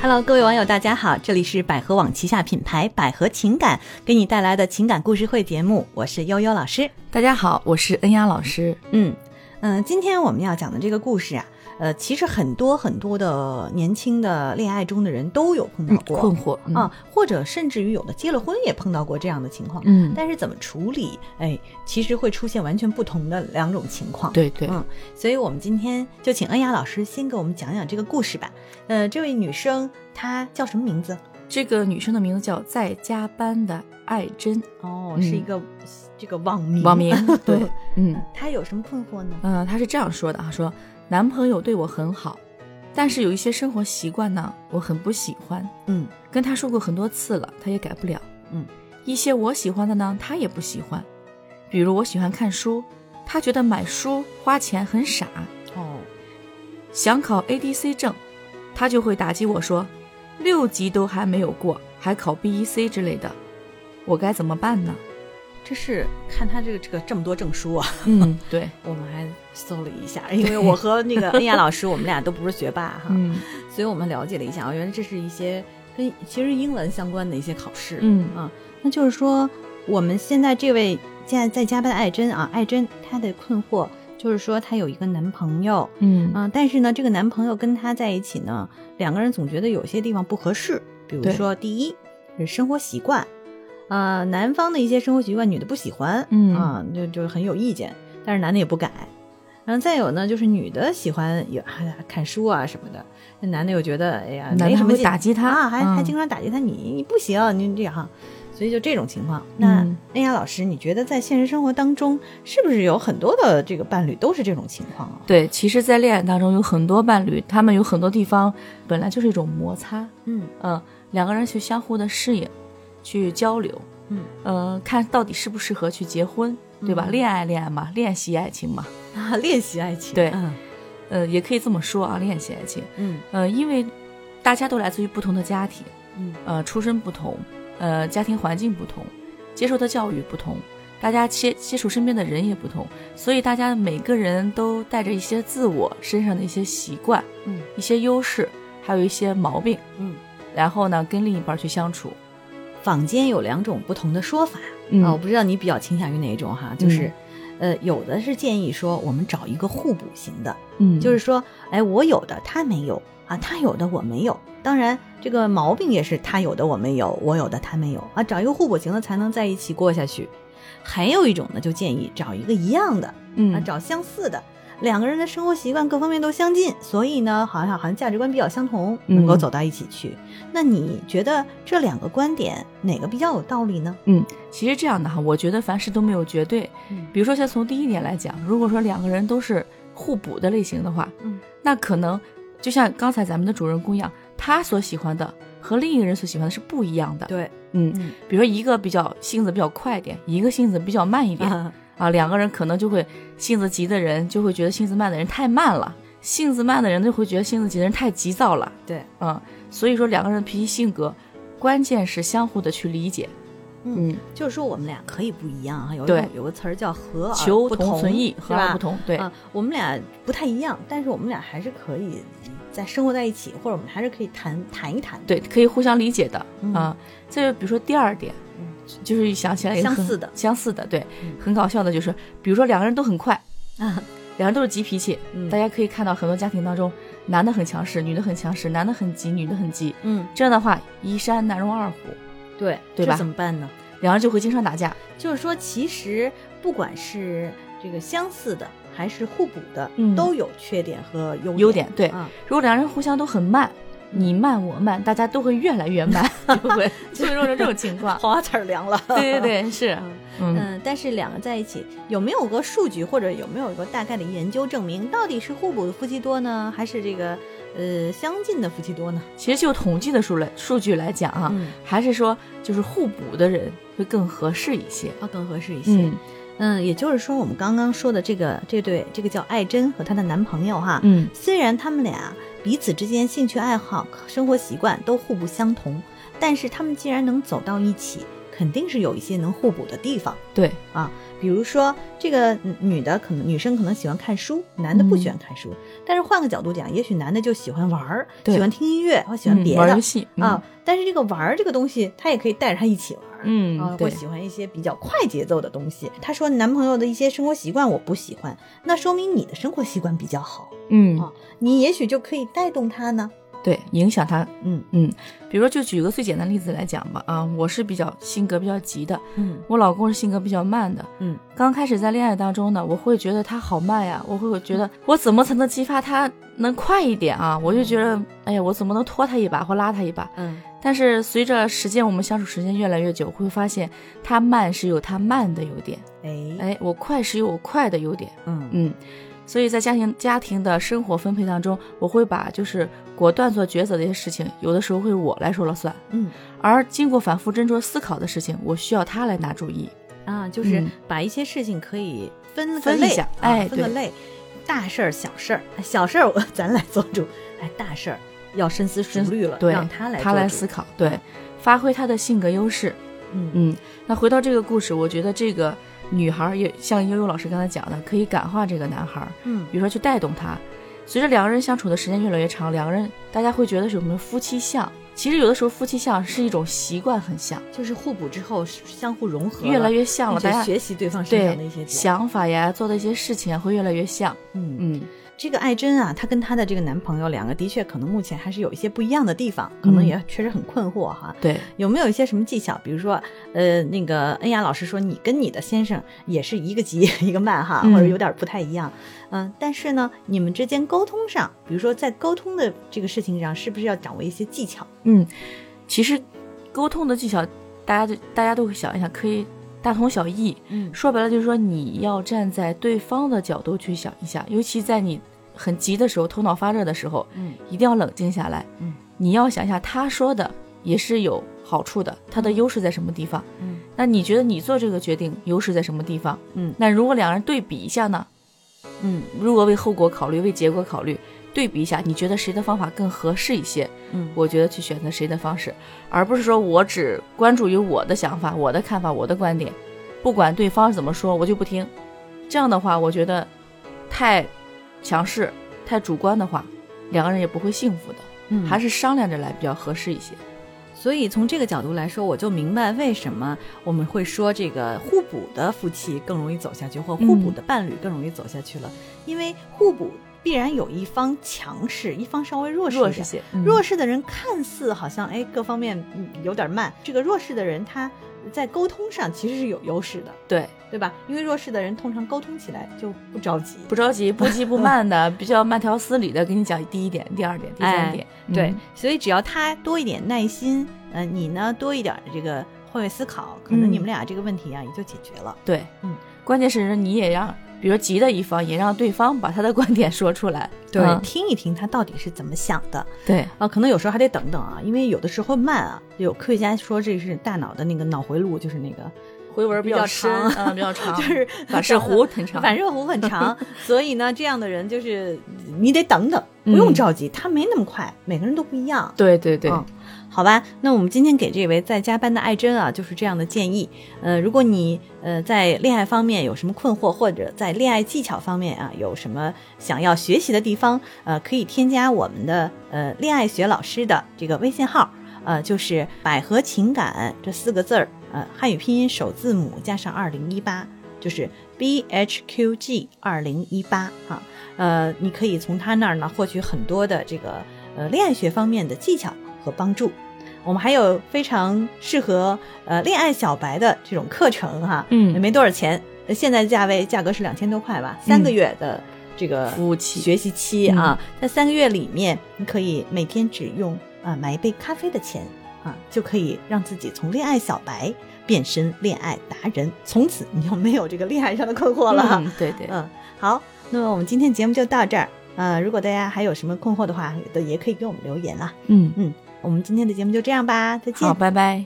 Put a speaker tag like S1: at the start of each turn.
S1: Hello，各位网友，大家好，这里是百合网旗下品牌百合情感给你带来的情感故事会节目，我是悠悠老师。
S2: 大家好，我是恩雅老师。
S1: 嗯嗯、呃今天我们要讲的这个故事啊，呃，其实很多很多的年轻的恋爱中的人都有碰到过、
S2: 嗯困惑，
S1: 啊，或者甚至于有的结了婚也碰到过这样的情况。
S2: 嗯，嗯
S1: 但是怎么处理，哎，其实会出现完全不同的两种情况。
S2: 对对，
S1: 嗯，所以我们今天就请恩雅老师先给我们讲讲这个故事吧。呃，这位女生她叫什么名字？
S2: 这个女生的名字叫在加班的爱珍，
S1: 哦
S2: 嗯
S1: 是一个、这个网名。
S2: 网名对， 嗯
S1: 她有什么困惑呢？
S2: 嗯、呃，她是这样说的啊，说男朋友对我很好，但是有一些生活习惯呢，我很不喜欢。
S1: 嗯
S2: 跟他说过很多次了，他也改不了。
S1: 嗯，
S2: 一些我喜欢的呢，他也不喜欢。比如我喜欢看书，他觉得买书花钱很傻。
S1: 哦
S2: 想考 ADC 证，他就会打击我说，六级都还没有过，还考 BEC 之类的，我该怎么办呢？
S1: 这是看她这个这个这么多证书啊，
S2: 嗯， 对，
S1: 我们还搜了一下，因为我和那个恩雅老师，我们俩都不是学霸哈，
S2: 嗯
S1: 所以我们了解了一下，啊，原来这是一些跟其实英文相关的一些考试。
S2: 嗯
S1: 啊，那就是说，我们现在这位现在在加班的艾珍啊，艾珍她的困惑就是说，她有一个男朋友，
S2: 嗯
S1: 嗯、但是呢，这个男朋友跟她在一起呢，两个人总觉得有些地方不合适，比如
S2: 对
S1: 说第一是生活习惯，呃，男方的一些生活习惯女的不喜欢，
S2: 嗯
S1: 啊，就就很有意见，但是男的也不改。然后再有呢，就是女的喜欢有、 哎呀看书啊什么的，那男的又觉得哎呀
S2: 男的
S1: 没什么
S2: 还会
S1: 劲
S2: 打击她
S1: 啊，还还
S2: 嗯
S1: 经常打击她，你你不行，你这样哈，所以就这种情况。那
S2: 嗯
S1: 恩雅、老师，你觉得在现实生活当中，是不是有很多的这个伴侣都是这种情况啊？
S2: 对，其实，在恋爱当中，有很多伴侣，他们有很多地方本来就是一种摩擦，
S1: 嗯
S2: 嗯、两个人去相互的适应，去交流，
S1: 嗯。
S2: 呃，看到底适不适合去结婚，对吧？
S1: 嗯
S2: 恋爱恋爱嘛，练习爱情嘛，
S1: 啊， 练习爱情。
S2: 对
S1: 嗯
S2: 呃，也可以这么说啊，练习爱情，
S1: 嗯
S2: 呃，因为大家都来自于不同的家庭，
S1: 嗯
S2: 呃，出身不同，呃，家庭环境不同，接受的教育不同，大家接接触身边的人也不同，所以大家每个人都带着一些自我身上的一些习惯、
S1: 嗯
S2: 一些优势，还有一些毛病，
S1: 嗯。
S2: 然后呢，跟另一半去相处。
S1: 坊间有两种不同的说法、啊，我
S2: 嗯，
S1: 不知道你比较倾向于哪一种哈，就是。呃，有的是建议说我们找一个互补型的，
S2: 嗯
S1: 就是说，哎，我有的他没有啊，他有的我没有。当然，这个毛病也是他有的我没有，我有的他没有啊，找一个互补型的才能在一起过下去。还有一种呢，就建议找一个一样的，啊，
S2: 嗯，
S1: 找相似的，两个人的生活习惯各方面都相近，所以呢，好像好像价值观比较相同，能够
S2: 嗯
S1: 走到一起去。那你觉得这两个观点哪个比较有道理呢？
S2: 其实这样的哈，我觉得凡事都没有绝对。
S1: 嗯
S2: 比如说，先从第一点来讲，如果说两个人都是互补的类型的话，
S1: 嗯，
S2: 那可能就像刚才咱们的主人公一样，他所喜欢的和另一个人所喜欢的是不一样的。
S1: 对，
S2: 嗯，
S1: 嗯
S2: 比如说一个比较性子比较快一点，一个性子比较慢一点
S1: 啊，
S2: 啊，两个人可能就会性子急的人就会觉得性子慢的人太慢了，性子慢的人就会觉得性子急的人太急躁了。
S1: 对，
S2: 嗯，所以说两个人的脾气性格，关键是相互的去理解。
S1: 嗯，就是说我们俩可以不一样啊，有一
S2: 对
S1: 个有个词儿叫和而
S2: 求
S1: 不
S2: 同存异，
S1: 是
S2: 和而
S1: 吧
S2: 不同。对，
S1: 啊，我们俩不太一样，但是我们俩还是可以在生活在一起，或者我们还是可以谈谈一谈
S2: 对，可以互相理解的
S1: 嗯
S2: 啊。这就比如说第二点
S1: 嗯，
S2: 就是想起来一个
S1: 相
S2: 很
S1: 似的
S2: 相似的，对
S1: 嗯，
S2: 很搞笑的就是，比如说两个人都很快，
S1: 啊，
S2: 两人都是急脾气，
S1: 嗯
S2: 大家可以看到很多家庭当中，男的很强势，女的很强势，男的很急，女的很急。
S1: 嗯，
S2: 这样的话，一山难容二虎，
S1: 对，
S2: 对
S1: 这
S2: 吧
S1: 怎么办呢？
S2: 两人就会经常打架。
S1: 就是说，其实不管是这个相似的还是互补的，
S2: 嗯
S1: 都有缺点和优
S2: 优点对，
S1: 啊，
S2: 如果两人互相都很慢，
S1: 嗯
S2: 你慢我慢，大家都会越来越 慢，就会就会变成这种情况。
S1: 黄花菜儿凉了。
S2: 对对对，是，
S1: 嗯
S2: 嗯，
S1: 嗯，但是两个在一起有没有个数据或者有没有一个大概的研究证明，到底是互补的夫妻多呢，还是这个呃相近的夫妻多呢？
S2: 其实就统计的数来数据来讲啊，
S1: 嗯，
S2: 还是说就是互补的人会更合适一些。
S1: 要更合适一些。嗯，也就是说，我们刚刚说的这个这对这个叫艾珍和她的男朋友哈，
S2: 嗯
S1: 虽然他们俩彼此之间兴趣爱好、生活习惯都互不相同，但是他们竟然能走到一起，肯定是有一些能互补的地方
S2: 对，
S1: 啊。比如说，这个女的可能女生可能喜欢看书，男的不喜欢看书。但是换个角度讲，也许男的就喜欢玩儿，
S2: 对
S1: 喜欢听音乐，或喜欢别
S2: 嗯、玩
S1: 的
S2: 游、戏、
S1: 啊。但是这个玩儿这个东西，他也可以带着他一起玩儿。
S2: 嗯，
S1: 啊
S2: 嗯，
S1: 会
S2: 对，
S1: 喜欢一些比较快节奏的东西。她说男朋友的一些生活习惯我不喜欢，那说明你的生活习惯比较好，啊
S2: 嗯，
S1: 你也许就可以带动他呢。
S2: 对，影响他。
S1: 嗯
S2: 比如说，就举个最简单的例子来讲吧，啊，我是比较性格比较急的，
S1: 嗯
S2: 我老公是性格比较慢的。
S1: 嗯
S2: 刚开始在恋爱当中呢，我会觉得他好慢呀，我会觉得我怎么才能激发他能快一点啊？我就觉得，哎呀，我怎么能拖他一把或拉他一把？
S1: 嗯
S2: 但是随着时间，我们相处时间越来越久，会发现他慢是有他慢的优点，
S1: 哎
S2: 哎，我快是有我快的优点，
S1: 嗯
S2: 嗯。所以在家庭家庭的生活分配当中，我会把就是果断做抉择的一些事情，有的时候会我来说了算，
S1: 嗯
S2: 而经过反复斟酌思考的事情，我需要他来拿主意。
S1: 啊，就是
S2: 嗯
S1: 把一些事情可以分个
S2: 分一
S1: 类，
S2: 下
S1: 啊
S2: 哎
S1: 分个
S2: 对
S1: 类，大事儿、小事儿，哎小事儿我 咱来做主，哎，大事儿要深思熟虑了，
S2: 对，
S1: 让他来
S2: 他
S1: 做
S2: 来
S1: 主
S2: 思，考，对，发挥他的性格优势。
S1: 嗯
S2: 嗯，那回到这个故事，我觉得这个女孩儿也像悠悠老师刚才讲的，可以感化这个男孩儿，
S1: 嗯
S2: 比如说去带动他。随着两个人相处的时间越来越长，两个人大家会觉得是有没有夫妻相。其实有的时候夫妻相是一种习惯，很像，
S1: 就是互补之后相互融合了，
S2: 越来越像了，
S1: 并且
S2: 大家
S1: 学习对方身上的一些
S2: 对
S1: 点，
S2: 想法呀、做的一些事情啊会越来越像。
S1: 嗯。
S2: 嗯，
S1: 这个艾珍啊，她跟她的这个男朋友两个的确可能目前还是有一些不一样的地方，可能
S2: 嗯
S1: 也确实很困惑哈。
S2: 对，
S1: 有没有一些什么技巧？比如说，呃，那个恩雅老师说你跟你的先生也是一个急 一个慢哈，
S2: 嗯
S1: 或者有点不太一样，嗯、但是呢，你们之间沟通上，比如说在沟通的这个事情上，是不是要掌握一些技巧？
S2: 嗯，其实沟通的技巧，大家就大家都会想一想，可以大同小异。
S1: 嗯
S2: 说白了就是说，你要站在对方的角度去想一下，尤其在你很急的时候、头脑发热的时候，
S1: 嗯
S2: 一定要冷静下来。
S1: 嗯，
S2: 你要想一下，他说的也是有好处的，他的优势在什么地方？
S1: 嗯
S2: 那你觉得你做这个决定优势在什么地方？
S1: 嗯
S2: 那如果两人对比一下呢？
S1: 嗯
S2: 如果为后果考虑、为结果考虑，对比一下，你觉得谁的方法更合适一些？
S1: 嗯
S2: 我觉得去选择谁的方式，而不是说我只关注于我的想法、我的看法、我的观点，不管对方怎么说，我就不听。这样的话，我觉得太强势、太主观的话，两个人也不会幸福的。
S1: 嗯
S2: 还是商量着来比较合适一些。
S1: 所以从这个角度来说，我就明白为什么我们会说这个互补的夫妻更容易走下去，或互补的伴侣更容易走下去了，因为互补必然有一方强势，一方稍微弱势一嗯
S2: 弱
S1: 点。
S2: 势些，
S1: 弱势的人看似好像哎各方面嗯有点慢，这个弱势的人他在沟通上其实是有优势的，
S2: 对，
S1: 对吧？因为弱势的人通常沟通起来就不着急，
S2: 不着急，不急不慢 的，比较慢条斯理的跟你讲第一点、第二点、第三
S1: 哎
S2: 点。
S1: 对
S2: 嗯，
S1: 所以只要他多一点耐心，呃，你呢多一点这个换位思考，可能
S2: 嗯
S1: 你们俩这个问题啊也就解决了。
S2: 对，
S1: 嗯，
S2: 关键是你也让，比如急的一方也让对方把他的观点说出来。嗯
S1: 听一听他到底是怎么想的
S2: 对，
S1: 啊，可能有时候还得等等啊，因为有的时候慢啊。有科学家说这是大脑的那个脑回路，就是那个
S2: 回文
S1: 比
S2: 比
S1: 较
S2: 较
S1: 深
S2: 深， 嗯，比较长，
S1: 就是
S2: 反射弧很长。
S1: 反射弧很长，所以呢，这样的人就是你得等等，不用
S2: 嗯
S1: 着急，他没那么快，每个人都不一样。
S2: 对对对，
S1: 嗯好吧，那我们今天给这位在加班的艾珍啊，就是这样的建议。呃，如果你呃在恋爱方面有什么困惑，或者在恋爱技巧方面啊有什么想要学习的地方，呃，可以添加我们的呃恋爱学老师的这个微信号，呃，就是百合情感这四个字儿，呃，汉语拼音首字母加上二零一八，就是 B H Q G 二零一八哈。呃，你可以从他那儿呢获取很多的这个呃恋爱学方面的技巧和帮助。我们还有非常适合呃恋爱小白的这种课程哈、也
S2: 嗯，
S1: 没多少钱，呃现在价位价格是两千多块吧，三个月的这个
S2: 嗯服务期
S1: 学习期啊，在三个月里面，你可以每天只用啊买一杯咖啡的钱啊，就可以让自己从恋爱小白变身恋爱达人，从此你就没有这个恋爱上的困惑了。
S2: 嗯，对对，
S1: 嗯，好，那么我们今天节目就到这儿。呃，如果大家还有什么困惑的话，也也可以给我们留言啦。
S2: 嗯，
S1: 我们今天的节目就这样吧，再见
S2: 好，。拜拜。